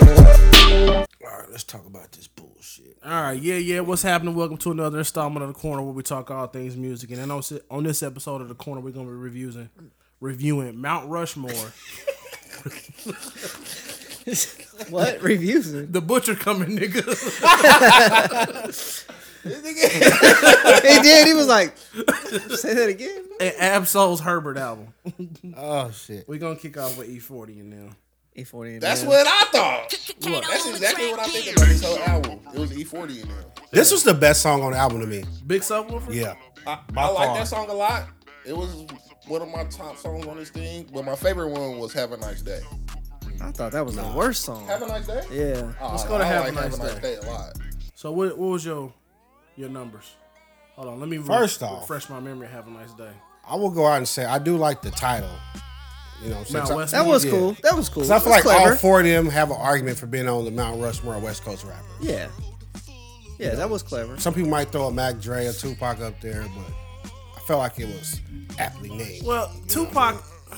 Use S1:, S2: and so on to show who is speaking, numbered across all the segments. S1: All right, let's talk about this bullshit.
S2: All right, yeah, yeah. What's happening? Welcome to another installment of the Corner, where we talk all things music. And then on si- on this episode of the Corner, we're gonna be reviewing reviewing Mount Rushmore,
S3: What reviews it?
S2: the Butcher coming, nigga.
S3: he did. He was like, say that again.
S2: and Absol's Herbert album.
S1: Oh shit.
S2: We're gonna kick off with E40 and now.
S3: E forty.
S4: That's what I thought. That's exactly what I think about this whole album. It was E40 in there.
S1: This was the best song on the album to me.
S2: Big subwoofer.
S1: Yeah.
S4: I,
S1: By
S4: I like
S1: far.
S4: that song a lot. It was one of my top songs on this thing, but my favorite one was "Have a Nice Day."
S3: I thought that was the worst song.
S4: Have a nice day.
S3: Yeah.
S4: Oh,
S2: Let's go to
S4: I
S2: Have a
S4: like
S2: Nice Day.
S4: a lot.
S2: So what what was your your numbers? Hold on, let me re-
S1: First off-
S2: refresh my memory. Have a nice day.
S1: I will go out and say I do like the title. You know, since
S2: Mount
S1: I,
S2: West-
S3: That was
S1: Yeah.
S3: cool. That was cool.
S1: Because I feel like
S3: That's
S1: all
S3: clever.
S1: four of them have an argument for being on the Mount Rushmore West Coast rapper.
S3: Yeah. Yeah, that was clever.
S1: Some people might throw a Mac Dre or Tupac up there, but I felt like it was aptly named.
S2: Well, Tupac.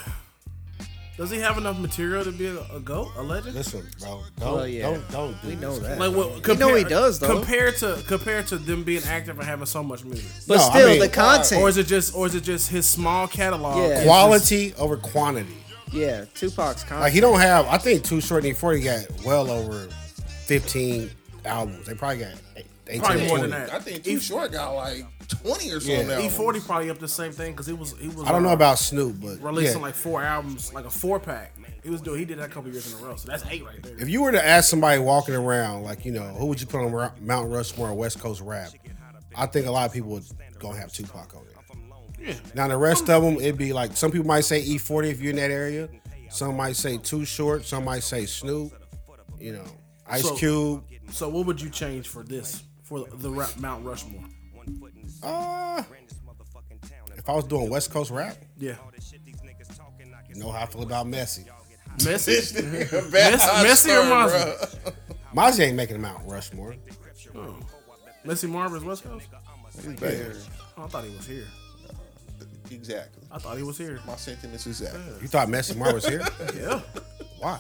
S2: Does he have enough material to be a, a goat, a legend?
S1: Listen, bro, don't,
S3: Well, yeah.
S1: don't, don't do
S3: We know
S1: this.
S3: that.
S2: Like what?
S3: You
S2: Compare,
S3: know he does, though.
S2: Compared to compared to them being active and having so much music,
S3: but
S1: No, I
S3: still,
S1: mean-
S3: the content.
S2: or is it just or is it just his small catalog?
S3: Yeah.
S2: is just-
S1: Quality over quantity.
S3: yeah, Tupac's content.
S1: Like he don't have. I think Too Short and E Forty got well over fifteen albums. They probably got eight- eighteen.
S2: Probably more than
S1: 20.
S2: that.
S4: I think Too Short got like 20 or something.
S1: Yeah.
S4: albums.
S2: E40 E probably up to the same thing because he was he was.
S1: I don't know
S2: uh,
S1: about Snoop, but
S2: releasing
S1: yeah.
S2: like four albums, like a four pack. He was doing he did that a couple years in a row, so that's eight right there.
S1: If you were to ask somebody walking around, like you know, who would you put on Ra- Mount Rushmore or West Coast rap? I think a lot of people would gonna have Tupac on it. Now the rest of them, it'd be like some people might say E40 if you're in that area. Some might say Too Short. Some might say Snoop. You know, Ice
S2: So-
S1: Cube.
S2: So what would you change for this for the rap Mount Rushmore?
S1: Uh, if I was doing West Coast rap,
S2: Yeah,
S1: you know how I feel about Messi.
S2: Messi, Mm-hmm.
S4: Bad
S2: Messi, Messi or Marvin?
S4: bruh.
S1: Mozzie ain't making Mount Rushmore.
S2: Messi Marvin's West Coast.
S4: There.
S2: Oh, I thought he was here.
S4: Exactly.
S2: I thought he was here.
S4: My sentence is that.
S1: You thought Messi Mar was here?
S2: Yeah,
S1: Why?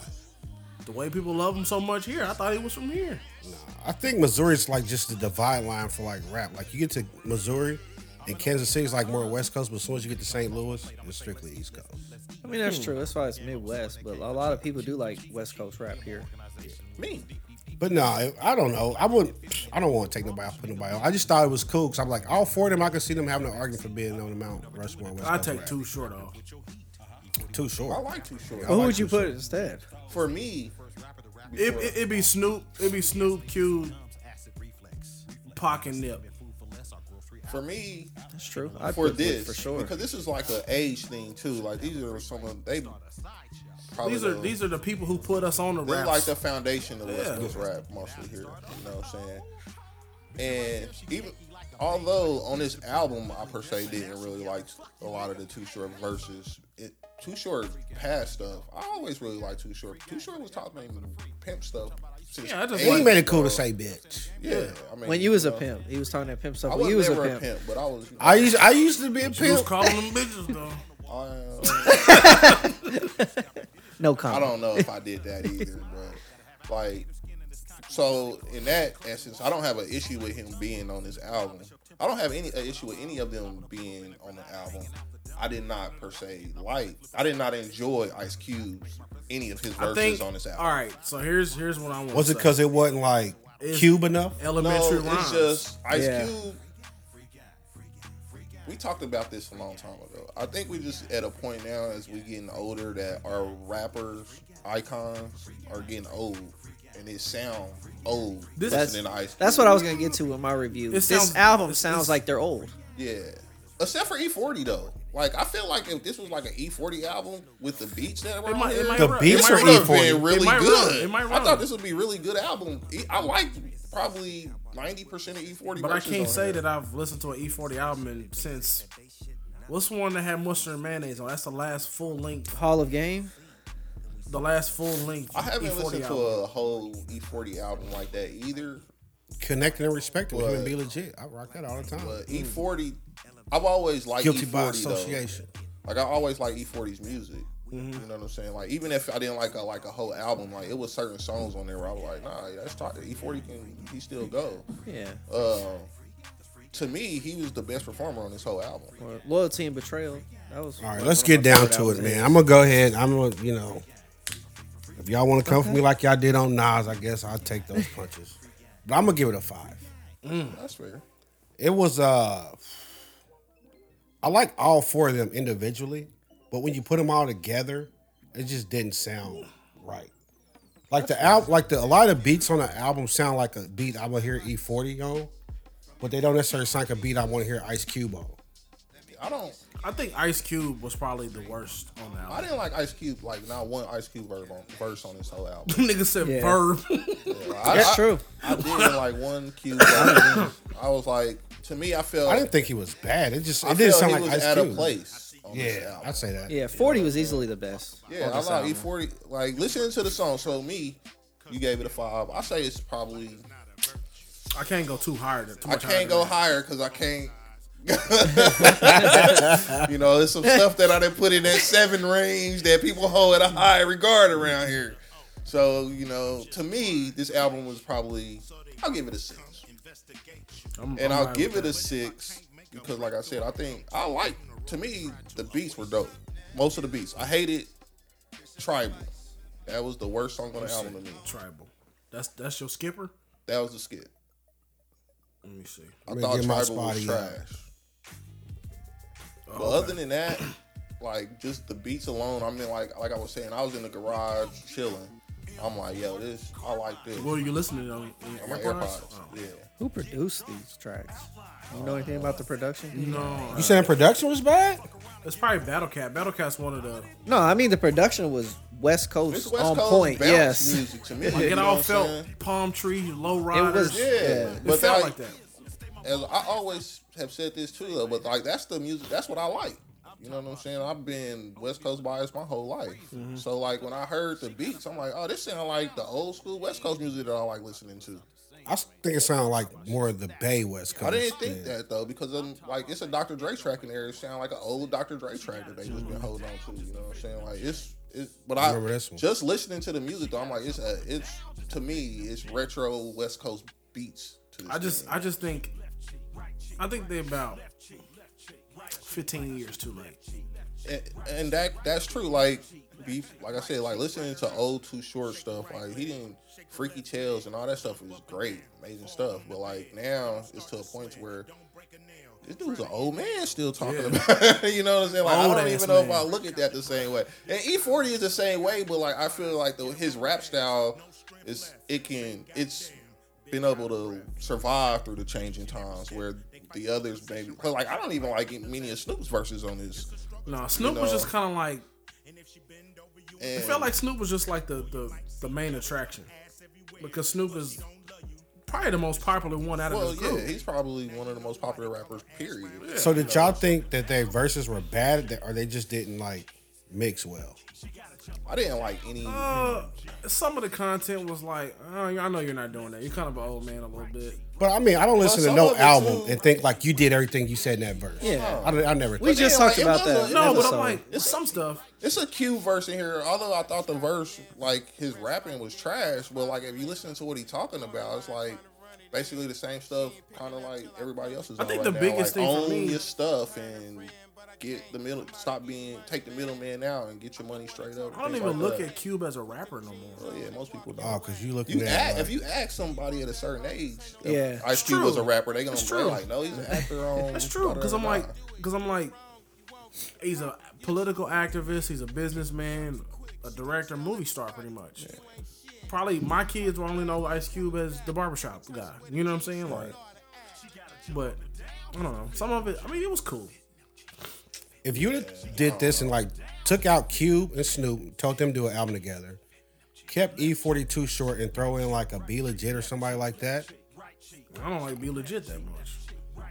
S2: the way people love him so much here, I thought he was from here.
S1: I think Missouri's like just the divide line for like rap. Like you get to Missouri and Kansas City's like more West Coast, but as soon as you get to St. Louis, it's strictly East Coast.
S3: I mean, that's true. That's why it's Midwest, but a lot of people do like West Coast rap here.
S4: Me.
S1: But no, I- I don't know. I wouldn't. I don't want to take nobody. Put nobody on. I just thought it was cool because I'm like all four of them. I could see them having an argument for being on the Mount Rushmore. West
S2: I
S1: Coast
S2: take
S1: rap.
S2: too short off.
S1: Too
S4: I
S1: short.
S4: like Too Short.
S3: But who would you put instead?
S4: For me,
S2: Oh. It, it, it'd be Snoop, it'd be Snoop, Q, Pac, and Nip.
S4: for me,
S3: That's true. I'd
S4: for
S3: put Wood
S4: this
S3: for sure.
S4: because this is like an age thing too. Like these are some of they. Probably
S2: These are
S4: the-
S2: these are the people who put us on the
S4: This is uh, like
S2: raps.
S4: the foundation of West
S2: Yeah.
S4: Coast rap, mostly here. You know what I'm saying? And even although on this album, I per se didn't really like a lot of the Too Short verses. It, Too Short past stuff. I always really liked Too Short. Too Short was talking pimp stuff. Since
S2: Yeah, I just
S1: And he
S2: like-
S1: made it cool to say bitch.
S4: yeah, I mean,
S3: when you was a
S4: know,
S3: pimp, he was talking that pimp stuff.
S4: I
S3: When
S4: was,
S3: you was a
S4: never
S3: pimp,
S4: a pimp, but I was.
S1: I used I used to be a
S2: He was
S1: pimp.
S2: calling them bitches though.
S4: I,
S3: no
S4: I
S3: comment.
S4: don't know if I did that either, but like, so in that essence, I don't have an issue with him being on this album. I don't have any a issue with any of them being on the album. I did not per se like. I did not enjoy Ice Cube's any of his
S2: I
S4: verses
S2: think.
S4: on this album.
S2: All right, so here's here's what I want.
S1: Was it because it wasn't like
S2: It's-
S1: Cube enough?
S2: elementary
S4: No,
S2: rhymes?
S4: it's just Ice
S3: Yeah.
S4: Cube. We talked about this a long time ago. I think we just at a point now as we getting older that our rappers icons are getting old and it sound old.
S2: This-
S4: This
S3: That's,
S4: in Ice. Cube.
S3: that's what I was gonna get to with my review. This
S2: sounds-
S3: album
S2: it's-
S3: sounds
S2: it's-
S3: like they're old.
S4: Yeah. Except for E40 though. Like I feel like if this was like an E40 album with the beats that were
S2: It
S4: on
S2: might, it
S4: here,
S2: might
S1: The
S2: run.
S1: beats
S2: it might
S1: are E
S2: run.
S4: would have been
S1: E40.
S4: really
S2: It might
S4: good.
S2: run. It might
S4: I
S2: run.
S4: thought this would be a really good album. E- I liked probably ninety percent of E40.
S2: But I
S4: verses
S2: can't
S4: on
S2: say
S4: here.
S2: that I've listened to an E40 album in, since What's the one that had mustard and mayonnaise on? That's the last full length.
S3: Hall of Game.
S2: The last full length.
S4: I haven't
S2: E40
S4: listened to
S2: E album.
S4: a whole E40 album like that either.
S1: Connecting and respecting him and
S4: But-
S1: be legit. I rock that all the time.
S4: But E40, Uh, E I've always liked
S1: Guilty
S4: E40
S1: by
S4: E though.
S1: association.
S4: Like I always like E40's music. You know what I'm saying? Like even if I didn't like a, like a whole album, like it was certain songs on there where I was like, nah, that's talk- E40 can he still go.
S3: Yeah.
S4: Uh, to me, he was the best performer on this whole album.
S3: Or Loyalty and Betrayal. That was.
S1: All right, let's get down to it, man. I'm gonna go ahead. I'm gonna, you know, if y'all want to come for me like y'all did on Nas, I guess I'll take those punches. but I'm gonna give it a five.
S4: That's fair.
S1: It was uh, I like all four of them individually, but when you put them all together, it just didn't sound right. Like the al- like the a lot of beats on the album sound like a beat I would hear E40 on, but they don't necessarily sound like a beat I want to hear Ice Cube on.
S4: I don't.
S2: I think Ice Cube was probably the worst on the
S4: I
S2: album.
S4: didn't like Ice Cube. Like not one Ice Cube verb on, verse on this whole album.
S2: Nigga said
S3: Yeah.
S2: verb.
S4: I,
S3: That's
S4: I-
S3: true.
S4: I did like one Cube. album. I was like, to me, I felt
S1: I didn't think he was bad. It just
S4: I
S1: it didn't
S4: felt
S1: sound
S4: he
S1: like
S4: was
S1: Ice
S4: out
S1: Cube.
S4: of place. On this
S1: Yeah,
S4: album.
S1: I'd say that.
S3: Yeah, 40 was easily the best.
S4: Yeah,
S3: on
S4: I
S3: this
S4: like
S3: album.
S4: E40. Like listening to the song, so me, you gave it a five. I say it's probably.
S2: I can't go too higher. Than, too
S4: I
S2: much higher
S4: can't go
S2: than that.
S4: higher because I can't. you know, there's some stuff that I didn't put in that seven range that people hold at a high regard around here. So you know, to me, this album was probably. I'll give it a six.
S2: I'm-
S4: and
S2: I'm
S4: I'll
S2: right
S4: give
S2: with
S4: it a six because, like I said, I think I like. To me, the beats were dope. Most of the beats. I hated Tribal. That was the worst song on the album to me.
S2: that. tribal. That's that's your skipper.
S4: That was the skip.
S2: Let me see.
S4: I
S1: Man,
S4: thought
S1: get my
S4: Tribal was
S1: spotty
S4: trash.
S1: up.
S4: But other than that, like just the beats alone. I mean, like like I was saying, I was in the garage chilling. I'm like, yo, this. I like this.
S2: What are you listening to? On
S4: On
S2: your
S4: my
S2: AirPods?
S4: AirPods. Yeah.
S3: Who produced these tracks? You know anything about the production?
S2: No,
S1: You saying production was bad?
S2: it's probably Battle Cat. Battle Cat's one of the.
S3: No, I mean the production was West Coast
S4: This West
S3: on
S4: Coast
S3: point.
S4: bounce
S3: Yes.
S4: music to me.
S2: Like
S4: you
S2: it
S4: know
S2: all
S4: what I'm
S2: felt
S4: saying?
S2: palm tree, low riders.
S3: was-
S2: It,
S4: Yeah,
S3: Yeah.
S4: but
S2: felt
S4: that-
S2: like that.
S4: as I always have said this too, though, but like that's the music. That's what I like. You know what I'm saying? I've been West Coast biased my whole life.
S1: Mm-hmm.
S4: So like when I heard the beats, I'm like, oh, this sound like the old school West Coast music that I like listening to.
S1: I s- think it sounded like more of the Bay West Coast.
S4: I didn't think
S1: than-
S4: that though because I'm like it's a Dr. Dre track in there. It sound like an old Dr. Dre track that they just been holding on to. You know what I'm saying? Like it's it's but I
S1: Mm-hmm. Remember this one.
S4: just listening to the music though. I'm like it's a, it's to me it's retro West Coast beats. To this
S2: I just,
S4: thing.
S2: I just think, I think they about fifteen years too late.
S4: and, and that that's true. Like beef, like I said, like listening to old too short stuff. Like he didn't freaky tales and all that stuff was great, amazing stuff. But like now it's to a point to where this dude's an old man still talking about. it. you know what I'm saying? Like
S2: Old
S4: I don't
S2: ass
S4: even know if
S2: man.
S4: I look at that the same way. And E40 is the same way, but like I feel like the his rap style is it can it's been able to survive through the changing times where the others maybe but like I don't even like many of Snoop's verses on this.
S2: No, Snoop was
S4: know.
S2: just kind of like.
S4: And
S2: It felt like Snoop was just like the, the the main attraction because Snoop is probably the most popular one out of
S4: Well,
S2: this group.
S4: yeah, he's probably one of the most popular rappers. Period.
S1: So did y'all think that their verses were bad, that- or they just didn't like mix well?
S4: I didn't like any.
S2: Uh, some of the content was like, oh, I know you're not doing that. You're kind of an old man a little bit.
S1: But I mean, I don't listen
S4: some
S1: to no
S4: of it,
S1: album
S4: too. Oh.
S1: and think like you did everything you said in that verse.
S3: Yeah.
S1: I, don't- I never.
S3: We
S1: thought-
S3: just
S4: yeah,
S3: talked
S4: like, it
S3: about
S4: was a-
S3: that. in
S4: Yeah,
S2: No, but I'm
S3: episode.
S2: like, it's some stuff.
S4: it's a cute verse in here. Although I thought the verse, like his rapping, was trash. But like, if you listen to what he's talking about, it's like basically the same stuff, kind of like everybody else is.
S2: I
S4: on
S2: think
S4: right
S2: the
S4: now.
S2: biggest
S4: like,
S2: thing for
S4: own
S2: me-
S4: your stuff and get the middle. Stop being take the middleman out and get your money straight up.
S2: I don't
S4: things
S2: even
S4: like
S2: look
S4: that.
S2: at Cube as a rapper no more.
S4: Well, yeah, most people don't.
S1: Oh, cause you looking
S4: You
S1: at
S4: ask,
S1: like,
S4: if you ask somebody at a certain age, if
S3: Yeah.
S4: Ice
S2: It's
S4: Cube was a
S2: true.
S4: rapper, they gonna
S2: It's
S4: be
S2: true.
S4: like, no, he's an actor on.
S2: That's true, because I'm
S4: da-da-da-da.
S2: like, because I'm like, he's a political activist. He's a businessman, a director, movie star, pretty much. Probably my kids will only know Ice Cube as the barbershop guy. You know what I'm saying? Like, but I don't know. Some of it, I mean, it was cool.
S1: if you did- did this and like took out Cube and Snoop, told them to do an album together, kept E42 short and throw in like a B Legit or somebody like that,
S2: I don't like be legit that much.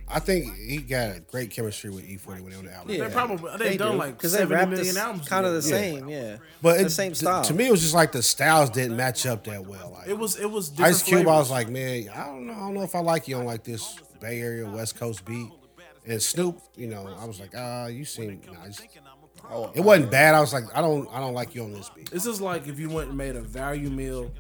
S1: I think he got great chemistry with E40 when they were on the album.
S3: Yeah.
S2: They probably they, done
S3: do,
S2: like
S3: 'cause they
S2: seventy
S3: rap
S2: million
S3: this-
S2: albums.
S3: Kind of the
S2: together.
S3: same, yeah.
S1: But
S3: the
S1: it-
S3: same
S1: t-
S3: style.
S1: To me, it was just like the styles didn't match up that well. Like
S2: It was it was different
S1: Ice Cube, I
S2: flavors.
S1: was like, man, I don't know, I don't know if I like you on like this Bay Area West Coast beat. And Snoop, you know, I was like, ah, you seem nice.
S4: Oh,
S1: It wasn't bad. I was like, I don't, I don't like you on this beat.
S2: This is like if you went and made a value meal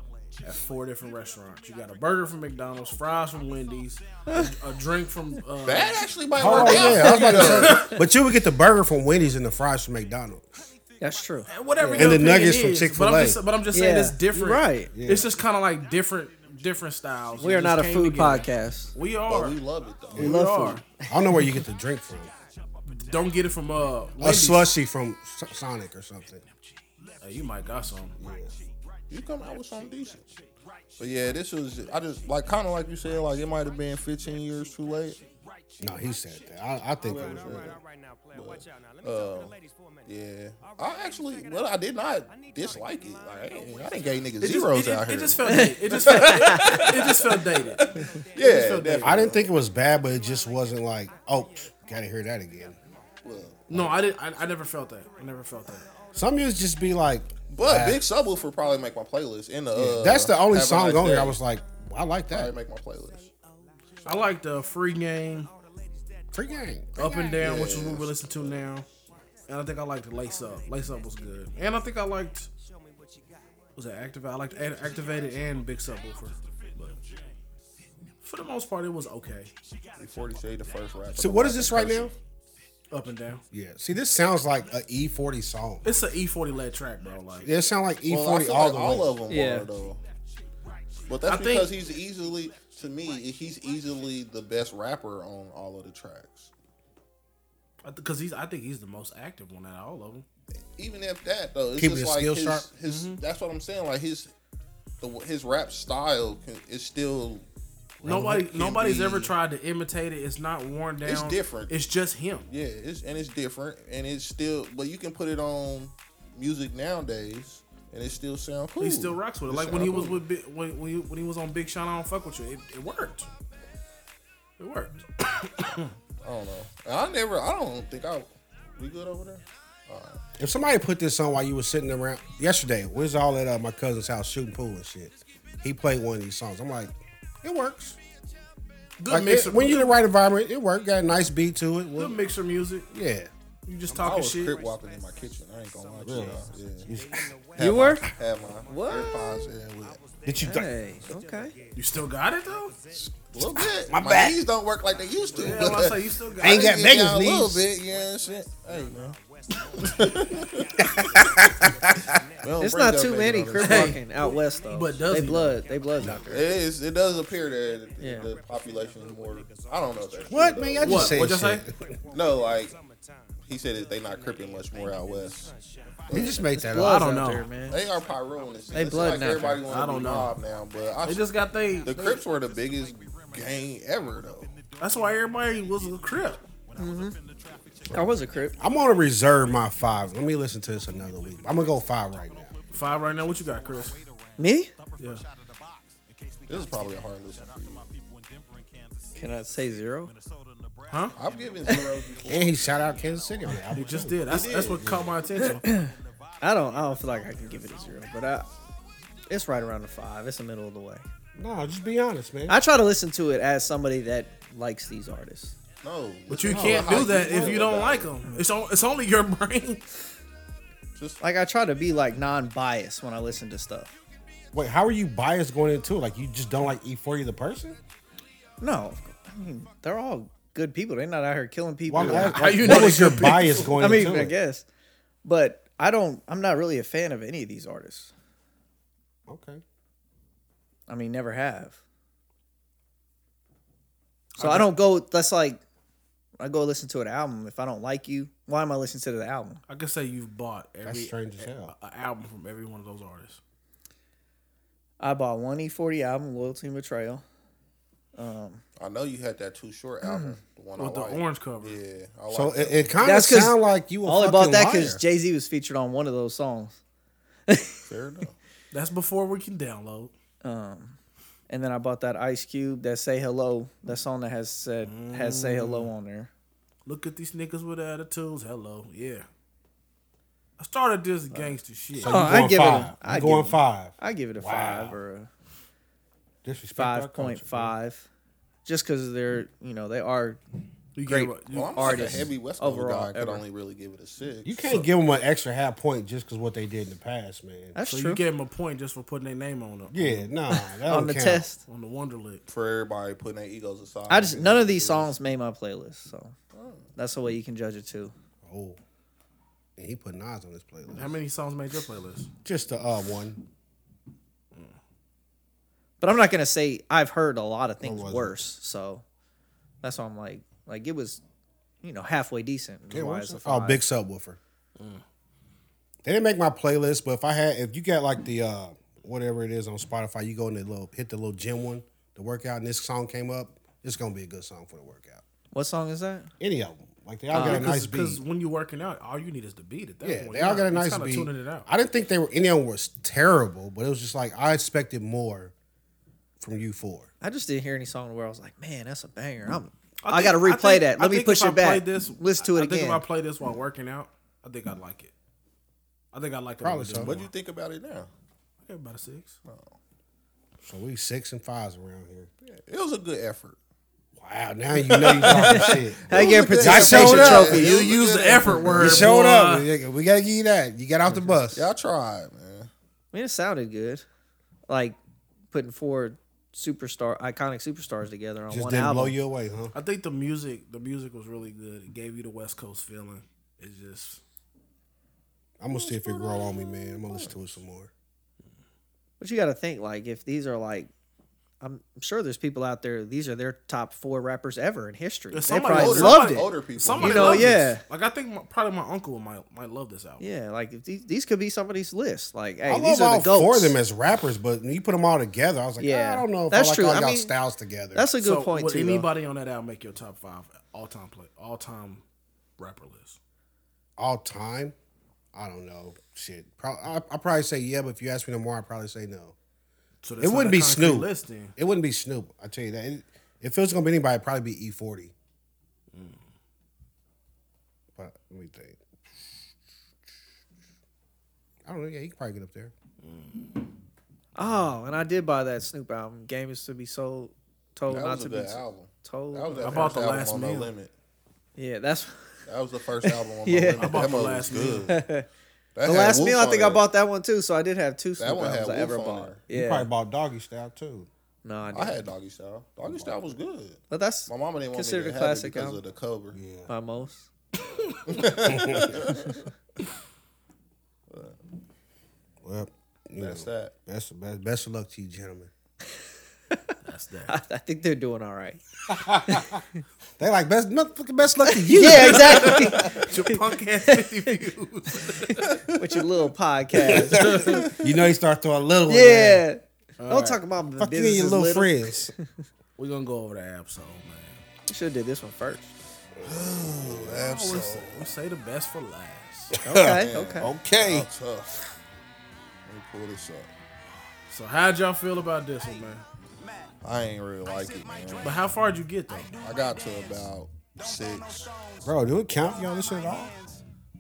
S2: at four different restaurants. You got a burger from McDonald's, fries from Wendy's, a, a drink from uh,
S4: that actually might
S1: Oh
S4: work out.
S1: yeah, I was about to say, but you would get the burger from Wendy's and the fries from McDonald's.
S3: That's true.
S2: whatever.
S1: And
S2: your
S1: the
S2: opinion
S1: nuggets from
S2: is,
S1: Chick-fil-A.
S2: But I'm just, but I'm just saying
S3: Yeah,
S2: it's different.
S3: you're right.
S2: It's just kind of like different different styles.
S3: We
S2: It
S3: are not a
S2: just came
S3: food
S2: together.
S3: podcast.
S2: We
S4: But
S2: are.
S4: we
S2: We,
S4: love it though.
S3: We love
S2: are.
S3: food.
S1: I don't know where you get the drink from.
S2: Don't get it from uh
S1: A
S2: Wendy's.
S1: slushy from S- Sonic or something.
S2: Hey, you might got some.
S4: You come out with something decent. But yeah, this was I just like kind of like you said, like it might have been 15 years too late.
S1: No, he said that. I, I think it was real.
S4: Uh, yeah, I actually, well, I did not dislike it. Like, I ain't- I didn't gave niggas
S2: It just,
S4: zeros
S2: it, it-
S4: out
S2: it
S4: here.
S2: just felt dated. It just felt, it, it just felt dated.
S4: yeah,
S2: felt
S4: definitely.
S1: I didn't think it was bad, but it just wasn't like, oh, gotta hear that again.
S2: No, I didn't. I, I never felt that. I never felt that.
S1: Some music just be like,
S4: But
S1: ah.
S4: Big Subwoofer probably make my playlist. In the uh,
S1: That's the only
S4: Have a
S1: song
S4: Nice
S1: on here.
S4: Day
S1: I was like, I like
S4: probably
S1: that.
S4: make my playlist.
S2: I like the free game.
S1: Free game.
S2: Up and Down, which is what we listen to now. And I think I liked Lace Up. Lace Up was good. And I think I liked was it Activated? I liked Ad- Activated and Big Subwoofer. But for the most part, it was okay.
S4: Before Shade, the first rap.
S1: So what is this right now?
S2: Up and Down.
S1: Yeah. See, this sounds like a E40 song.
S2: It's an E40 led track, bro. Like
S1: It sounds like E40
S4: Well, I feel
S1: all
S4: like
S1: the
S4: E all
S1: way.
S4: of them
S3: Yeah.
S4: are though. But that's
S2: I think-
S4: because he's easily, to me, he's easily the best rapper on all of the tracks.
S2: because he's I think he's the most active one out of all of them.
S4: even if that though, it's
S1: Keeping
S4: just
S1: his
S4: like
S1: skills
S4: his,
S1: sharp.
S4: his
S2: Mm-hmm.
S4: that's what I'm saying. Like his the his rap style can, is still
S2: Nobody,
S4: Can
S2: nobody's
S4: be-
S2: ever tried to imitate it. It's not worn down.
S4: It's different.
S2: It's just him.
S4: yeah, it's and it's different and it's still but you can put it on music nowadays and it still sound cool.
S2: He still rocks with it. Like when he was with Big, when when he, when he was on Big Sean, I don't fuck with you. It, it worked. It worked.
S4: I don't know. I never. I don't think I. We good over there?
S1: If somebody put this on while you were sitting around yesterday, we was all at uh, my cousin's house shooting pool and shit. He played one of these songs. I'm like, it works.
S2: Good
S1: Like,
S2: mixer.
S1: it- when you're in
S2: good,
S1: the right environment, it worked. Got a nice beat to it.
S2: good mixer music.
S1: yeah.
S2: You just
S4: I
S2: talking
S4: was
S2: shit.
S4: Oh, crip walking in my kitchen. I ain't gonna lie. to y'all. Yeah.
S3: You were?
S4: Had my
S3: What?
S4: AirPods in with
S1: Did you?
S3: Hey, okay.
S2: You still got it though.
S4: a little bit.
S1: My
S4: My,
S1: back.
S4: knees don't work like they used to.
S2: Yeah, when I say you still got
S1: I ain't
S2: it.
S1: got
S4: They get
S1: Vegas
S4: down a little
S1: knees.
S4: bit, yeah, shit. Hey, man. We don't
S3: It's
S4: bring
S3: not
S4: up
S3: too
S4: niggas
S3: many
S4: on this
S3: crip
S4: show.
S3: walking out west though.
S2: But does
S3: they
S2: he?
S3: blood, they blood out
S4: It
S3: there.
S4: is. It does appear that the-
S3: Yeah.
S4: the population is more. I don't know. If that's
S1: What
S4: true,
S1: man?
S4: though.
S1: I just
S2: What?
S1: said
S2: What'd y'all
S1: shit.
S4: No, like he said, that they not cripping much more out west.
S1: He just made that
S3: Bloods
S1: up.
S2: I don't
S3: out
S2: know.
S3: there, man.
S4: They are pyro in this.
S3: They
S4: It's
S3: blood
S4: like
S3: now.
S4: everybody want
S2: I
S4: to
S2: don't
S4: be
S2: know.
S4: mob now, but I,
S2: They just got they.
S4: the Crips were the biggest gang ever though.
S2: That's why everybody was a crip.
S3: I was a crip.
S1: I'm gonna reserve my five. Let me listen to this another week. I'm gonna go five right now.
S2: Five right now. What you got, Chris?
S3: Me?
S2: Yeah.
S4: This is probably a hard listen for you.
S3: Can I say zero?
S4: I've given zeros before.
S1: And he shout out Kansas City on the album.
S2: You just did. That's,
S4: did.
S2: that's what caught my attention.
S3: I don't. I don't feel like I can give it a zero, but I. It's right around the five. It's the middle of the way.
S1: No, just be honest, man.
S3: I try to listen to it as somebody that likes these artists.
S4: No,
S2: But you
S4: no,
S2: can't
S4: how
S2: do that if
S4: feel
S2: you don't
S4: Oh, about
S2: like
S4: it.
S2: them. It's on, it's only your brain.
S4: Just
S3: Like I try to be like non-biased when I listen to stuff.
S1: Wait, how are you biased going into it? Like you just don't like E40 the person?
S3: No, I mean they're all good people. They're not out here killing people.
S1: Well, I'm asking,
S2: How
S1: like,
S2: you
S1: what
S2: know
S1: was
S2: they're
S1: your bias going
S3: I mean,
S1: into
S3: I
S1: it?
S3: guess, but I don't. I'm not really a fan of any of these artists.
S1: Okay.
S3: I mean, never have. So I don't go. That's like I go listen to an album. If I don't like you, why am I listening to the album?
S2: I could say you've bought every
S1: That's strange as hell.
S2: a- album from every one of those artists.
S3: I bought one E40 album, Loyalty and Betrayal.
S4: I know you had that Too Short album, the one
S2: With
S4: Oh, I
S2: the
S4: like.
S2: orange cover.
S4: Yeah, I
S1: So
S4: like
S1: it,
S4: that.
S1: it kind of
S3: That's 'cause-
S1: sound like you. A
S3: I only bought that
S1: because
S3: because Jay Z was featured on one of those songs.
S4: fair enough.
S2: That's before we can download.
S3: And then I bought that Ice Cube that "Say Hello" that song that has said has "Say Hello" on there.
S2: Look at these niggas with attitudes. Hello, yeah. I started this gangster shit.
S3: Oh, I give it a-
S1: five.
S3: I
S1: I'm
S3: give
S1: going
S3: it-
S1: five.
S3: I give it a
S1: Wow.
S3: five or a
S1: Disrespect
S3: five
S1: our culture,
S3: point
S1: bro.
S3: five, just because they're you know they are
S2: you
S3: great.
S2: gave up- you-
S4: Well, I'm
S3: Artist
S4: like a heavy West Coast
S3: overall
S4: guy. I could
S3: ever.
S4: only really give it a six.
S1: You can't give them an extra half point just because what they did in the past, man.
S3: that's
S2: so
S3: true
S2: you gave him a point just for putting their name on it.
S1: yeah, nah. That
S3: on the test.
S2: On the Wonderlick.
S4: for everybody putting their egos aside.
S3: I just none of these songs made my playlist, so that's the way you can judge it too.
S1: Oh, and he put Nas on his playlist.
S2: How many songs made your playlist?
S1: Just the uh, one.
S3: But I'm not gonna say I've heard a lot of things
S1: wasn't.
S3: worse, so that's why I'm like, like it was, you know, halfway decent. is why it's a
S1: Oh,
S3: five.
S1: big subwoofer. They didn't make my playlist, but if I had, if you got like the uh, whatever it is on Spotify, you go in the little hit the little gym one, the workout, and this song came up. It's gonna be a good song for the workout.
S3: What song is that?
S1: Any of them, like they all got a nice
S2: Uh, Because
S1: beat.
S2: when you're working out, all you need is the beat at that
S1: Yeah,
S2: point.
S1: they all got a nice
S2: kind
S1: beat.
S2: Tuning it out.
S1: I didn't think they were any of them was terrible, but it was just like I expected more from you four.
S3: I just didn't hear any song where I was like, man, that's a banger. I'm, I,
S2: I think-
S3: gotta
S2: I
S3: replay
S2: think-
S3: that.
S2: I
S3: Let me
S2: think
S3: push
S2: if
S3: it
S2: I
S3: back.
S2: played This,
S3: Listen to it
S2: I- I think
S3: again.
S2: if I play this while working out, I think I'd like it. I think I like it.
S1: Probably so.
S4: What do you think about it now?
S2: think? About a six.
S1: So we six and fives around here.
S4: It was a good effort.
S1: Wow, now you know you talking shit.
S3: I get a
S4: It was a good
S1: participation
S4: effort.
S1: trophy.
S4: It
S2: You
S4: was a
S2: use
S4: good
S2: the effort word.
S1: You showed
S2: boy.
S1: up. nigga. We gotta give you that. You got off the bus.
S4: Y'all tried, man.
S3: I mean, it sounded good. Like putting four superstar, iconic superstars together on
S1: Just
S3: one
S1: didn't
S3: album.
S1: blow you away, huh?
S2: I think the music, the music was really good. It gave you the West Coast feeling. It's just
S1: I'm gonna see if it grow on me, man. I'm gonna listen to it some more.
S3: But you got to think like if these are like, I'm sure there's people out there. These are their top four rappers ever in history.
S2: There's
S3: They
S2: somebody
S3: probably
S2: older-
S3: loved it.
S2: somebody
S4: Older people.
S2: somebody.
S3: You know,
S2: loved this.
S3: yeah.
S2: Like I think my, probably my uncle might might love this album.
S3: Yeah, like if these, these could be somebody's list. Like, hey,
S1: I love
S3: these are
S1: all
S3: the goats.
S1: four of them as rappers, but when you put them all together, I was like,
S3: Yeah.
S1: I don't know if
S3: That's
S1: I like
S3: true.
S1: all
S3: I
S1: y'all
S3: mean,
S1: styles together.
S3: That's a good
S2: so
S3: point
S2: Would
S3: too. though.
S2: anybody on that album make your top five all time play all time rapper list?
S1: all time. I don't know. Shit. Pro- I, I probably say yeah, but if you ask me tomorrow, I'd probably say no.
S2: So
S1: It
S2: not
S1: wouldn't
S2: a
S1: be
S2: concrete
S1: Snoop.
S2: List then.
S1: It wouldn't be Snoop. I tell you that. It, if it was gonna be anybody, it'd probably be E E40. But let me think. I don't know. Yeah, he could probably get up there.
S3: Oh, and I did buy that Snoop album. Game is to be sold, told
S4: That
S3: not
S4: was
S3: to
S4: a
S3: be
S4: good album.
S3: told.
S4: That was
S2: I
S4: that
S2: bought
S4: first
S2: the
S4: album
S2: last
S4: on No
S2: meal.
S4: Limit.
S3: yeah, that's
S4: That was the first album on
S3: Yeah.
S4: No Limit.
S2: I bought
S4: that
S2: the
S4: mother
S2: last
S4: was good.
S3: the last meal. I think I bought that one too. So I did have two Snoop
S4: one had
S3: albums I
S4: Wolf
S3: ever
S4: on
S3: bought.
S4: it.
S1: He
S3: Yeah,
S1: probably bought Doggy Style too.
S3: no, I
S4: I
S3: didn't.
S4: had Doggy Style. Doggy Style was good.
S3: But that's
S4: My mama didn't want
S3: Considered
S4: me
S3: a
S4: to have it
S3: classic
S4: because
S3: album.
S4: of the cover.
S3: by most.
S1: Well, you
S4: That's
S1: know,
S4: that.
S1: Best, best, best of luck to you, gentlemen.
S2: That's that.
S3: I think they're doing all right.
S1: They like best, motherfucking best luck to you.
S3: Yeah, exactly.
S2: your punk ass 50 views.
S3: With your little podcast.
S1: You know, you start throwing a little. one there.
S3: Yeah. Don't talk about my
S1: Fuck you and
S3: business.
S1: your
S3: is
S1: little,
S3: little.
S1: friends.
S2: We're going to go over the episode, man.
S3: You should have did this one first.
S2: We say, we say the best for last.
S3: Okay, okay.
S2: Oh.
S1: Okay.
S4: How tough. Let me pull this up.
S2: So, how'd y'all feel about this one, man?
S4: I ain't really like it, man.
S2: But how far'd you get, though?
S4: I got to about six.
S1: Bro, do it count for y'all this shit at all?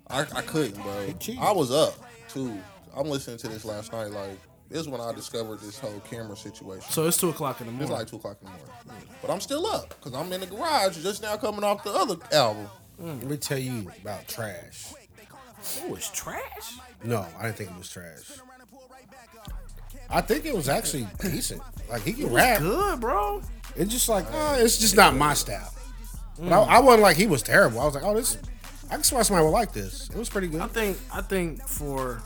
S4: I, I couldn't, bro.
S1: cheated.
S4: I was up too. I'm listening to this last night. Like this is when I discovered this whole camera situation.
S2: So, it's 2 o'clock in the
S4: It's
S2: morning.
S4: like two o'clock in the morning, but I'm still up because I'm in the garage just now coming off the other album.
S1: Let me tell you about trash.
S2: oh, it's trash?
S1: No, I didn't think it was trash. I think it was actually decent. Like he can rap.
S2: Good, bro.
S1: It's just like uh, it's just not my style. But I, I wasn't like he was terrible. I was like, oh, this. I can see why somebody would like this. It was pretty good.
S2: I think, I think for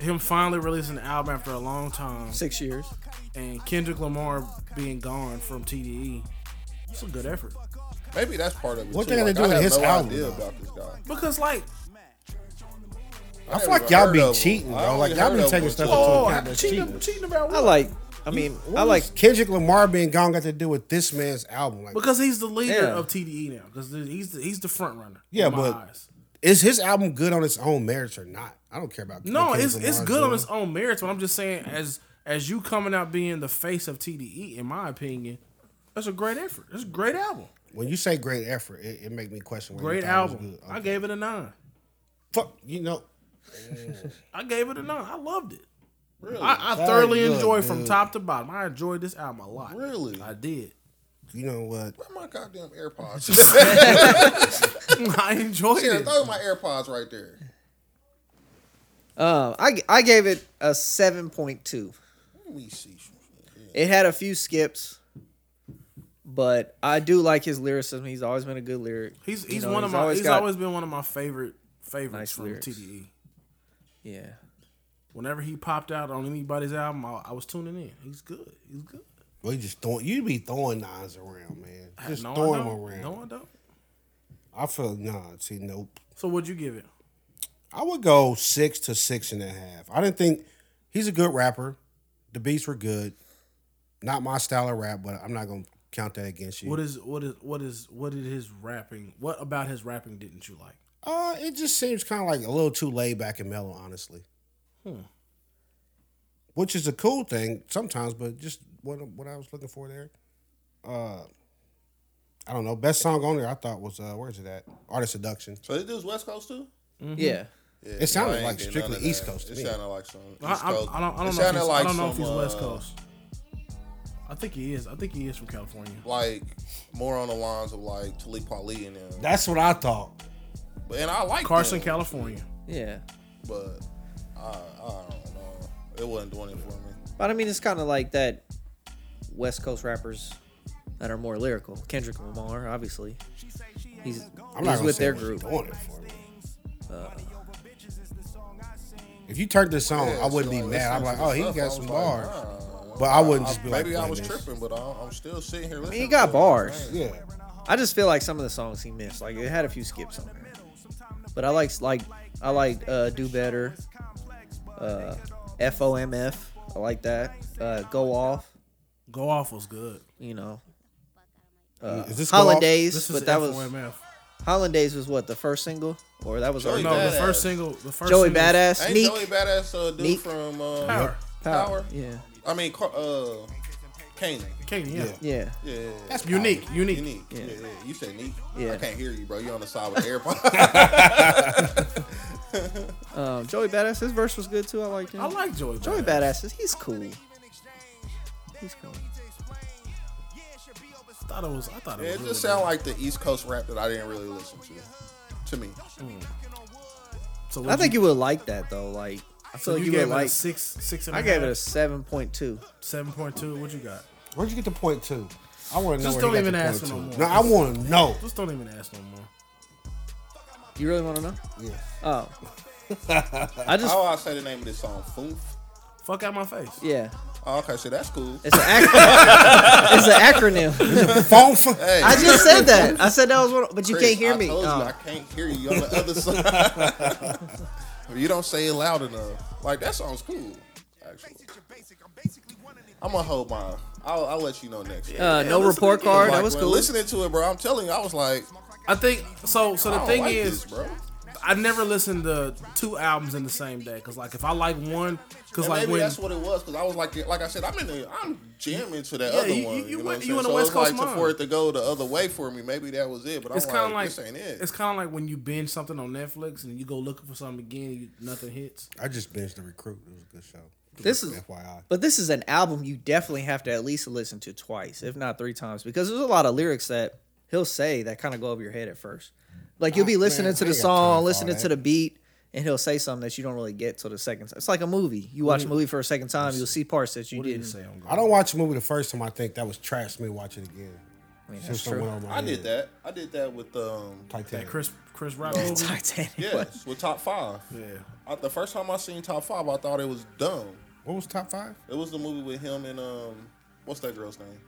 S2: him finally releasing an album after a long time
S3: Six years.
S2: and Kendrick Lamar being gone from TDE, it's a good effort.
S4: Maybe that's part of it.
S1: What
S4: too.
S1: they gotta
S4: like,
S1: do
S4: I
S1: with
S4: had
S1: his
S4: no
S1: album,
S4: idea
S1: though?
S4: about this guy.
S2: Because, like,
S1: I feel
S4: never
S1: like
S4: even
S1: y'all
S4: heard
S1: be
S4: of him.
S1: cheating,
S4: I
S1: bro.
S4: only
S1: Like y'all
S4: heard
S1: be
S4: of
S1: taking
S4: him
S1: stuff
S4: until-
S1: into
S2: oh,
S1: account. that's
S2: cheating,
S1: cheating.
S2: cheating about what?
S3: I like, I mean, I
S1: What
S3: like,
S1: does Kendrick Lamar being gone got to do with this man's album. Like,
S2: Because he's the leader
S3: Yeah.
S2: of TDE now. Because he's the, he's the front runner.
S1: Yeah,
S2: in my
S1: but-
S2: eyes.
S1: is his album good on its own merits or not? I don't care about.
S2: no,
S1: Kendrick
S2: it's it's
S1: Lamar's
S2: good on
S1: doing.
S2: its own merits. But I'm just saying, as as you coming out being the face of TDE, in my opinion, that's a great effort. That's a great album.
S1: When you say great effort, it, it make me question. whether you
S2: Great
S1: thought it was
S2: album.
S1: good.
S2: I
S1: Okay.
S2: gave it a nine.
S1: fuck. You know,
S2: I gave it a nine. I loved it.
S4: Really?
S2: I, I
S1: Very
S2: thoroughly
S1: good,
S2: enjoyed from
S1: dude. top.
S2: top to bottom. I enjoyed this album a lot.
S4: Really?
S2: I did.
S1: You know what?
S4: Where my goddamn AirPods?
S2: I enjoyed
S4: Here,
S2: it.
S4: throw my AirPods right there.
S3: Um, I I gave it a seven point two.
S4: Let me see. something.
S3: It had a few skips, but I do like his lyricism. He's always been a good lyric.
S2: He's
S3: You
S2: he's
S3: know,
S2: one of my he's
S3: got-
S2: always been one of my favorite favorites
S3: Nice
S2: from E.
S3: lyrics.
S2: TDE.
S3: yeah.
S2: Whenever he popped out on anybody's album, I, I was tuning in. He's good. He's good.
S1: Well, you just throwing. You be throwing nines around, man. Just
S2: No, I
S1: throwing them
S2: don't.
S1: around.
S2: No, I don't.
S1: I feel nah. See, nope.
S2: So what'd you give it?
S1: I would go six to six and a half. I didn't think he's a good rapper. The beats were good. Not my style of rap, but I'm not gonna count that against you.
S2: What is what is what is what did his rapping? What about his rapping didn't you like?
S1: Uh, it just seems kind of like a little too laid back and mellow, honestly. Which is a cool thing sometimes, but just what what I was looking for there. Uh, I don't know. Best song on there I thought was uh, where's it at? Artist Seduction.
S4: So this dude's West Coast too?
S2: Mm-hmm.
S3: Yeah.
S4: Yeah,
S1: It sounded
S4: I ain't
S1: like
S4: getting
S1: strictly
S4: none of that.
S1: East Coast to
S4: It
S1: me.
S4: sounded like some. East
S2: I, I, I
S4: Coast.
S2: don't I don't know
S4: It
S2: if
S4: sounded
S2: he's,
S4: like
S2: I don't know if
S4: some,
S2: he's West
S4: uh,
S2: Coast. I think he is. I think he is from California.
S4: Like more on the lines of like Talik Kweli and them.
S1: That's what I thought.
S4: But- and I like
S2: Carson,
S4: them,
S2: California.
S3: Yeah.
S4: but I, I don't know. It wasn't doing it for me.
S3: But I mean, it's kind of like that West Coast rappers that are more lyrical. Kendrick Lamar, obviously. He's,
S1: I'm
S3: he's
S1: not
S3: with
S1: with
S3: their
S1: their
S3: group.
S1: Doing it for me. if you turned this on,
S4: Yeah,
S1: I wouldn't
S4: so,
S1: be
S4: uh, like,
S1: mad. I'm like,
S4: listening to
S1: oh,
S4: the
S1: he
S4: stuff, I
S1: got
S4: was
S1: some
S4: like,
S1: bars.
S4: nah.
S1: But I wouldn't just be like,
S4: Maybe I
S1: man,
S4: was
S1: this-
S4: tripping, but I, I'm still sitting here
S3: I
S4: listening.
S3: mean, he
S4: to
S3: got
S4: it.
S3: bars.
S1: Yeah.
S3: I just feel like some of the songs he missed. Like it had a few skips on there. But I like like I like uh, Do Better, uh, FOMF. I like that. Uh, Go Off.
S2: Go off was good.
S3: You know. Uh,
S1: Is this Go Off?
S3: Hollandaise,
S2: This is
S3: but that was
S2: FOMF.
S3: Hollandaise was what the first single, or that was already
S4: Joey
S2: No, the
S4: Badass.
S2: first single. The first
S3: Joey
S2: single-
S3: Badass,
S4: Ain't
S3: Neek,
S4: Joey Badass uh, dude
S3: Neek.
S4: from uh,
S2: Power.
S3: Power.
S4: Power?
S3: Yeah,
S4: I mean, Car- uh, Kanan.
S2: Kane, yeah.
S1: Yeah.
S3: yeah.
S4: Yeah, yeah, yeah.
S1: That's
S2: Unique, unique.
S4: unique. Yeah. yeah, You said neat.
S3: Yeah.
S4: I can't hear you, bro. You on the side with AirPods.
S3: Um, Joey Badass, his verse was good too. I liked him.
S2: I like Joey.
S3: Joey
S2: Badass.
S3: Badass. He's cool. He's cool.
S2: I thought it was. I thought it
S4: Yeah,
S2: was.
S4: it just
S2: really
S4: sound like the East Coast rap that I didn't really listen to. To me,
S2: good. So
S3: I think you would like that though. Like I feel
S2: So
S3: like
S2: you
S3: you
S2: gave
S3: would
S2: it like
S3: like.
S2: six, six and a
S3: I gave it a
S2: half?
S3: seven point two.
S2: seven point two. What you got?
S1: Where'd you get the point to? I want to know.
S2: Just
S1: where
S2: don't
S1: he got
S2: even
S1: the
S2: ask
S1: point
S2: me
S1: to.
S2: no
S1: No,
S2: more.
S1: I want to know.
S2: Just don't even ask no more.
S3: You really want to know?
S1: Yeah.
S3: Oh, I just
S4: how I say the name of this song? Foof.
S2: Fuck out my face.
S3: yeah.
S4: Oh, okay, so that's cool.
S3: It's an ac- it's an acronym.
S1: Phone for
S4: Hey,
S3: I just said that. I said that was one, but you
S4: Chris,
S3: can't hear
S4: I
S3: me.
S4: Told
S3: Oh.
S4: you, I can't hear you on the other side. you don't say it loud enough. Like that sounds cool. Actually, I'm gonna hold my. I'll, I'll let you know next. time.
S3: Uh, no report card. That was cool.
S4: Listening to it, bro, I'm telling you, I was like,
S2: I think so. So
S4: I
S2: the
S4: don't
S2: thing
S4: like
S2: is,
S4: this, bro.
S2: I never listened to two albums in the same day. Cause like if I like one, cause
S4: And
S2: like
S4: maybe
S2: when
S4: that's what it was because I was like, like I said, I'm in the, I'm jamming to that
S2: Yeah,
S4: other
S2: you- you-
S4: one.
S2: you
S4: know
S2: went-
S4: what
S2: you
S4: I'm
S2: in
S4: saying?
S2: the West
S4: so it's
S2: Coast
S4: like to,
S2: mind.
S4: for it to go the other way for me. Maybe that was it, but I'm
S2: it's kind of like
S4: this ain't it.
S2: it's kind of like when you binge something on Netflix and you go looking for something again, and you, nothing hits.
S1: I just binged the recruit. It was a good show.
S3: This is-
S1: FYI.
S3: But this is an album you definitely have to at least listen to twice, if not three times, because there's a lot of lyrics that he'll say that kind of go over your head at first. Like you'll be
S1: Ah,
S3: listening
S1: man,
S3: to
S1: I
S3: the
S1: ain't got time for all
S3: song, listening to
S1: that.
S3: the beat, and he'll say something that you don't really get till the second time. It's like a movie. You watch a movie for a second time, you'll see parts that you
S2: What did it
S3: didn't.
S2: say on?
S1: I don't watch a movie the first time. I think that was trash. Me watch it again.
S3: I mean,
S1: Since
S3: that's
S1: someone
S3: true.
S1: on my
S4: I did
S1: head.
S4: that. I did that with um,
S2: That
S1: Titanic.
S2: Chris Chris Rock. movie?
S3: Titanic. what?
S4: yes, with top five.
S2: Yeah.
S4: I, the first time I seen top five, I thought it was dumb.
S1: What was top five?
S4: It was the movie with him and um, what's that girl's name?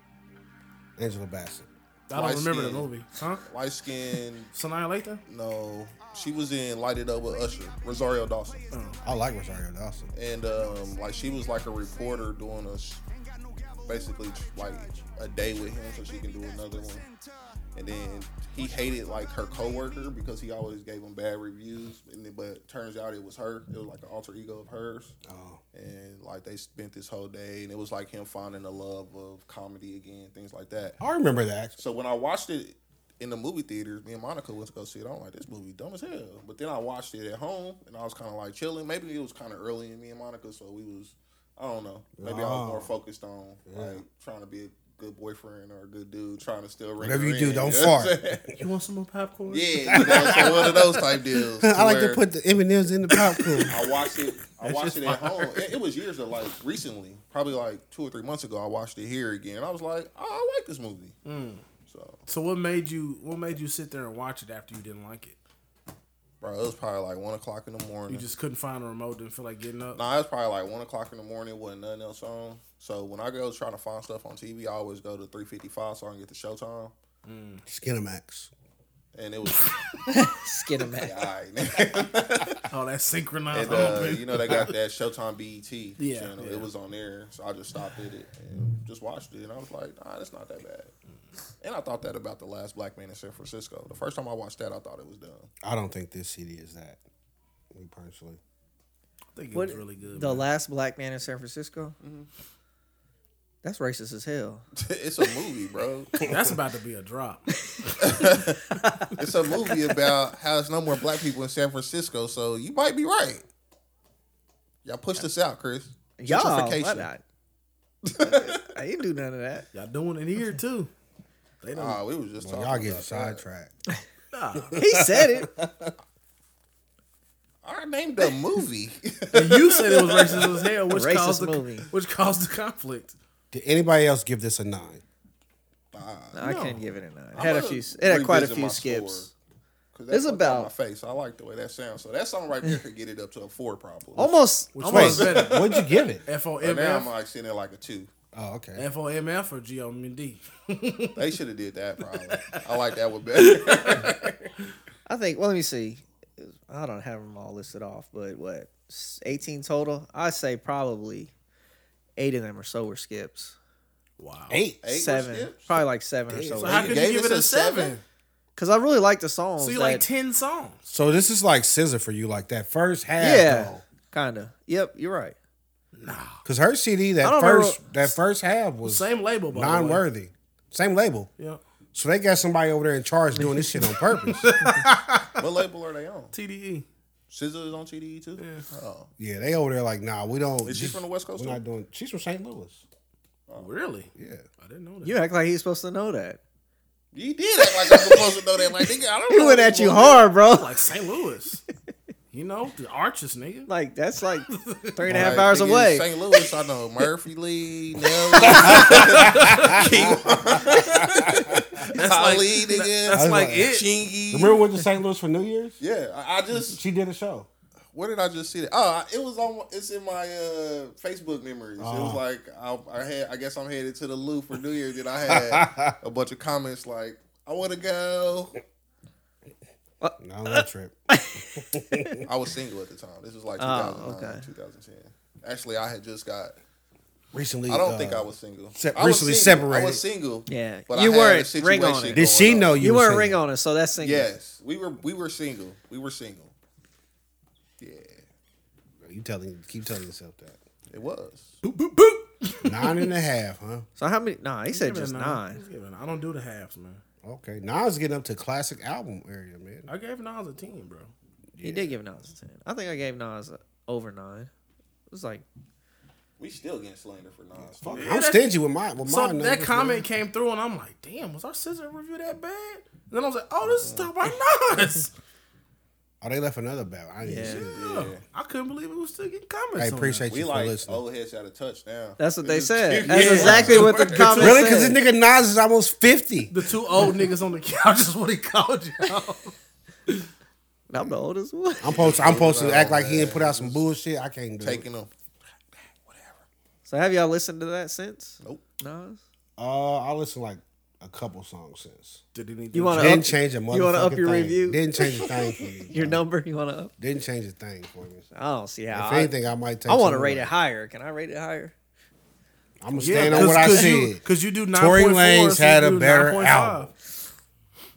S1: Angela Bassett.
S2: I
S4: Light
S2: don't remember the
S4: skin.
S2: movie. Huh?
S4: Light skin.
S2: Sonia Lathan.
S4: No, she was in Light It Up with Usher, Rosario Dawson,
S1: I like Rosario Dawson.
S4: and um, like she was like a reporter doing a s- basically like a day with him so she can do another one. and then he hated like her coworker because he always gave him bad reviews. And then, but turns out it was her. It was like an alter ego of hers.
S1: Oh.
S4: And like they spent this whole day, and it was like him finding the love of comedy again, things like that.
S1: I remember that.
S4: So when I watched it in the movie theater, me and Monica went to go see it. I'm like, this movie dumb as hell. But then I watched it at home, and I was kind of like chilling. Maybe it was kind of early in me and Monica, so we was, I don't know. Maybe I
S1: Oh.
S4: was more focused on like
S1: Yeah.
S4: trying to be a good boyfriend or a good dude, trying to still ring
S1: Whatever
S4: her
S1: you do,
S4: in,
S1: don't
S4: know what
S1: fart.
S4: I'm saying?
S2: You want some more popcorn?
S4: yeah, you know, so one of those type deals.
S1: I like
S4: where-
S1: to put the M and M's in the popcorn.
S4: I watched it. I
S2: That's
S4: watched
S2: just
S4: it at
S2: fire.
S4: home. It, it was years of like recently, probably like two or three months ago. I watched it here again. I was like, oh, I like this movie.
S2: Hmm.
S4: So,
S2: So what made you what made you sit there and watch it after you didn't like it?
S4: bro, it was probably like one o'clock in the morning.
S2: You just couldn't find a remote, didn't feel like getting up.
S4: Nah, it's probably like one o'clock in the morning. wasn't nothing else on. So when I go trying to find stuff on TV, I always go to three fifty five so I can get the Showtime.
S1: Skinamax.
S4: And it was
S3: Skin him
S4: yeah,
S3: out.
S4: all right.
S2: Oh, that's synchronized.
S4: and uh,
S2: open.
S4: you know they got that Showtime BET
S2: Yeah,
S4: channel.
S2: yeah.
S4: It was on there, so I just stopped at it and just watched it. And I was like, nah, that's not that bad. And I thought that about the last black man in San Francisco. The first time I watched that, I thought it was dumb.
S1: I don't think this city is that. Me personally,
S2: I think it
S3: What-
S2: was really good.
S3: The
S2: man.
S3: last black man in San Francisco.
S1: Mm-hmm.
S3: That's racist as hell.
S4: it's a movie, bro.
S2: that's about to be a drop.
S4: It's a movie about how there's no more black people in San Francisco. So you might be right. Y'all pushed us out, Chris.
S3: Y'all, why
S4: Gentrification.
S3: not? I didn't do none of that.
S2: Y'all doing it here too. They don't.
S4: Ah, we was just
S1: well,
S4: talking.
S1: y'all get
S4: about
S1: sidetracked.
S2: nah.
S3: He said it.
S4: that. I named the movie.
S2: And you said it was racist as hell, which
S3: Racist
S2: caused the
S3: movie.
S2: which caused the conflict.
S1: Did anybody else give this a nine?
S3: No, I couldn't give it a nine. It had a few. It had
S4: Revisit
S3: quite a
S4: my
S3: few skips.
S4: score, 'cause that
S3: It's
S4: fucked up
S3: about-
S4: my face. I like the way that sounds. So that song right there could get it up to a four probably.
S3: Oh, Almost.
S2: Almost
S1: Wait,
S2: better.
S1: what'd you give it?
S2: F O
S4: But
S2: M
S4: now I'm
S2: F.
S4: like sitting there like a two.
S1: Oh, okay.
S2: F O M F or G O M E D.
S4: They should have did that probably. I like that one better.
S3: I think. Well, let me see. I don't have them all listed off, but what? s- Eighteen total. I say probably eight of them or so were skips.
S2: Wow.
S1: Eight.
S4: Eight were
S3: seven.
S4: skips?
S3: Probably like seven or
S2: So
S3: so.
S2: how could you
S4: gave
S2: give
S4: us
S2: it a
S4: a
S2: seven?
S4: seven?
S3: Because I really like the songs.
S2: So you
S3: that-
S2: like ten songs.
S1: So this is like scissor for you, like that first half.
S3: Yeah. Kinda. Yep. You're right.
S1: Because her CD
S3: I
S1: that
S3: don't remember-
S1: first that first half was
S2: Same label, by the way.
S1: non worthy. Same label.
S2: Yeah.
S1: So they got somebody over there in charge doing this shit on purpose.
S4: what label are they on?
S2: TDE.
S4: Scissor is on TDE too. Oh,
S1: yeah, they over there like, nah, we don't.
S4: Is she from the West Coast
S1: We're not
S4: too?
S1: doing. She's from St. Louis.
S2: Really?
S1: Yeah.
S2: I didn't know that.
S3: You act like he's supposed to know that.
S4: you did act like I'm supposed to know that. Like nigga, I don't.
S3: He
S4: know
S3: went
S4: what
S3: at you
S4: was-
S3: hard, bro.
S2: Like St. Louis. you know the Arches, nigga.
S3: Like that's like three and a
S4: Like,
S3: half hours
S4: nigga,
S3: away.
S4: St. Louis, I know Murphy Lee, Nelly,
S2: That's
S4: Ali,
S2: like
S4: nigga,
S2: that's
S1: was
S2: like
S1: like-
S2: it.
S4: Chingy.
S1: Remember we went to St. Louis for New Year's?
S4: Yeah, I, I just
S1: She did a show.
S4: where did I just see that? Oh, I- it was on. It's in my uh, Facebook memories. It
S1: Oh.
S4: was like I, I had. I guess I'm headed to the Lou for New Year's, and I had a bunch of comments like, "I want to go."
S1: No, that trip.
S4: I was single at the time. This was like
S3: Oh,
S4: 2009,
S3: okay.
S4: 2010. Actually, I had just got.
S1: Recently,
S4: I don't
S1: uh,
S4: think I was single.
S1: se-
S4: I was
S1: recently
S4: single. I
S1: separated.
S4: was single.
S3: Yeah.
S4: but
S3: You
S4: I had a
S3: weren't. Ring on
S4: situation
S3: it.
S1: Did she
S4: going
S1: know
S4: on.
S1: you?
S3: You
S1: were
S3: weren't
S1: single?
S3: ring on us, so that's single.
S4: Yes, we were. We were single. We were single. Yeah,
S1: You telling? Keep telling yourself that.
S4: it was.
S1: Nine and a half, huh?
S3: So how many? Nah, he said
S2: Give it a
S3: just
S2: nine.
S3: nine.
S2: Just give it a nine. I don't do the halves, man.
S1: Okay, Nas getting up to classic album area, man.
S2: I gave Nas a ten, bro.
S3: He did give Nas a ten. I think I gave Nas a, over nine. It was like
S4: We still getting slander for Nas.
S1: Fuck,
S2: Yeah,
S1: I'm
S2: that-
S1: stingy with my with
S2: So
S1: my
S2: that
S1: numbers,
S2: comment
S1: man.
S2: came through, and I'm like, damn, was our scissor review that bad? And then I was like, oh, this is talking about Nas.
S1: Oh, they left another battle. I didn't
S3: Yeah.
S1: see it.
S2: yeah. I couldn't believe we was still getting comments.
S1: I
S2: on
S1: appreciate
S4: We
S1: you
S4: like oh,
S1: for listening.
S4: old heads out of touch now.
S3: that's what they
S4: This is-
S3: said.
S4: Yeah.
S3: That's exactly what the comment
S1: Really?
S3: said.
S1: Because this nigga Nas is almost fifty.
S2: that. the two old niggas on the couch is what he called you.
S3: And I'm the oldest one.
S1: I'm supposed I'm supposed to
S4: Wow,
S1: act like he
S4: man.
S1: didn't put out some bullshit. I can't do it.
S4: taking them.
S3: So have y'all listened to that since?
S4: Nope.
S3: Nas.
S1: Uh, I listen like a couple songs since.
S2: Did he need
S3: You want
S1: Didn't
S3: to up
S1: change a motherfucking
S3: you wanna up your
S1: thing.
S3: review?
S1: Didn't change a thing for me.
S3: your
S1: bro.
S3: number? You want to up?
S1: Didn't change a thing for me. If
S3: I don't see how. I,
S1: anything, I might take.
S3: I want to
S1: some
S3: rate
S1: away.
S3: it higher. Can I rate it higher?
S1: I'm gonna
S2: Yeah,
S1: stand on what I
S2: cause you,
S1: said.
S2: Because you do nine.
S1: Tory Lanez had a better album.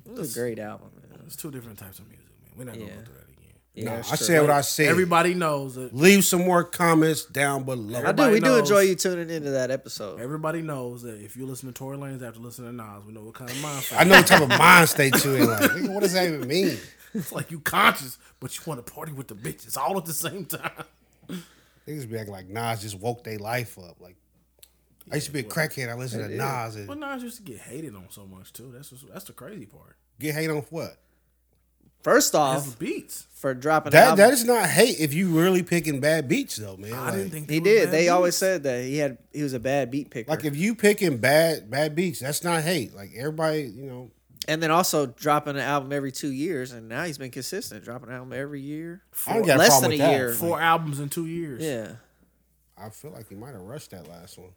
S3: It was a great album. Man.
S2: It's two different types of music, man. We're not
S3: Yeah.
S2: gonna go through that again.
S3: Yeah,
S1: Nah,
S3: it's
S1: I
S3: true.
S1: said what I said.
S2: Everybody knows it.
S1: Leave some more comments down below.
S3: I do.
S2: everybody
S3: We do
S2: knows.
S3: enjoy you tuning into that episode.
S2: Everybody knows that if you listen to Tory Lanez after listening to Nas, we know what kind of mind.
S1: I know what type of mind state you in. Like, nigga, what does that even mean?
S2: it's like you conscious, but you want to party with the bitches all at the same time.
S1: Niggas be acting like Nas just woke their life up. Like I used to be a crackhead. I listened to Nas
S2: But
S1: and
S2: Nas used to get hated on so much too. That's just, that's the crazy part.
S1: get hate on for what?
S3: First
S2: His
S3: off,
S2: beats.
S3: for dropping
S1: That
S3: an
S1: that
S3: album-
S1: is not hate if you really picking bad beats though, man.
S2: I
S1: like,
S2: didn't think
S3: he
S2: was
S3: did.
S2: bad
S3: They always
S2: beats.
S3: said that he had he was a bad beat picker.
S1: like if you picking bad bad beats, that's not hate. Like everybody, you know,
S3: and then also dropping an album every two years, and now he's been consistent, dropping an album every year.
S1: I don't got a
S3: less
S1: problem
S3: than
S1: with
S3: a
S1: that.
S3: year.
S1: Like,
S2: four albums in two years.
S3: Yeah,
S1: I feel like he might have rushed that last one.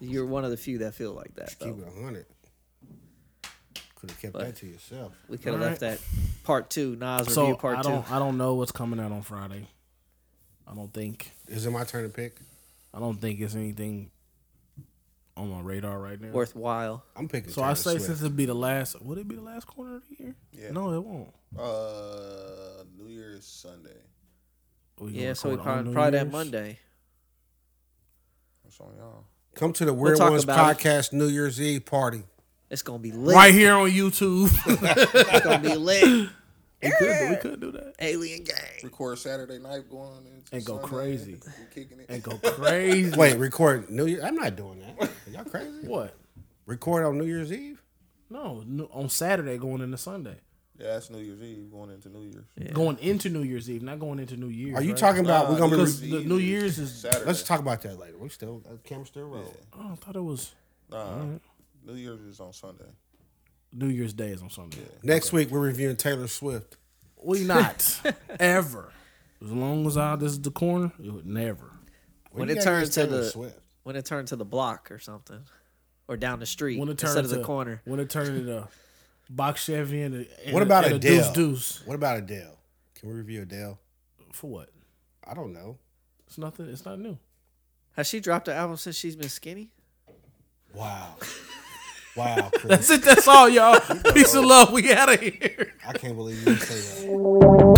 S3: you're one of the few that feel like that.
S1: Keep
S3: Though.
S1: it hundred. Could have kept that to yourself.
S3: We could have
S2: All
S3: left that part two Nas
S2: So
S3: review part
S2: I
S3: two.
S2: don't I don't know what's coming out on Friday. I don't think
S1: Is it my turn to pick?
S2: I don't think it's anything on my radar right now.
S3: Worthwhile.
S1: I'm picking.
S2: so I
S1: Taylor
S2: say
S1: Swift.
S2: since it'd be the last, would it be the last corner of the year?
S4: Yeah.
S2: No, it won't.
S4: Uh, New Year's Sunday.
S2: We gonna
S3: Yeah, so we
S2: record on
S3: probably,
S2: New
S3: probably that
S2: Year's?
S3: Monday.
S4: What's on y'all?
S1: come to the Weird
S3: talk
S1: Ones
S3: about it.
S1: podcast New Year's Eve party.
S3: It's gonna be lit.
S2: Right here on YouTube.
S3: It's gonna be lit.
S2: we could do, we could do that
S3: Alien gang.
S4: Record Saturday night, going into
S2: And go
S4: Sunday,
S2: crazy.
S4: we kicking it.
S2: and go crazy.
S1: Wait, record New Year? I'm not doing that. y'all crazy?
S2: what?
S1: Record on New Year's Eve?
S2: No, no, on Saturday going into Sunday,
S4: Yeah, that's New Year's Eve going into New Year's.
S2: going into New Year's Eve, not going into New Year's.
S1: Are you
S2: right?
S1: talking about
S4: Nah,
S1: we're gonna be?
S2: Because
S1: Re-
S4: New
S2: the
S4: Year's.
S2: New Year's is.
S4: Saturday.
S1: let's talk about that later. We still uh, camera still rolling.
S2: Oh, I thought it was
S4: Nah, New Year's is on Sunday.
S2: New Year's Day is on Sunday.
S1: Next week we're reviewing Taylor Swift.
S2: We not ever. As long as I this is the corner, it would never.
S1: What
S3: When
S1: do
S3: it
S1: you got
S3: turns
S1: against
S3: to
S1: Taylor
S3: the-
S1: Swift.
S3: When it turned to the block or something, or down the street
S2: When it turned
S3: instead of the
S2: to-
S3: corner.
S2: When it turned into box Chevy and, a, and
S1: What about
S2: and
S1: Adele?
S2: deuce deuce
S1: What about Adele? Can we review Adele?
S2: for what?
S1: I don't know.
S2: It's nothing. It's not new.
S3: Has she dropped an album since she's been skinny?
S1: Wow. Wow, Chris.
S2: That's it. That's all, y'all. Peace and love. We out of here.
S1: I can't believe you didn't say that.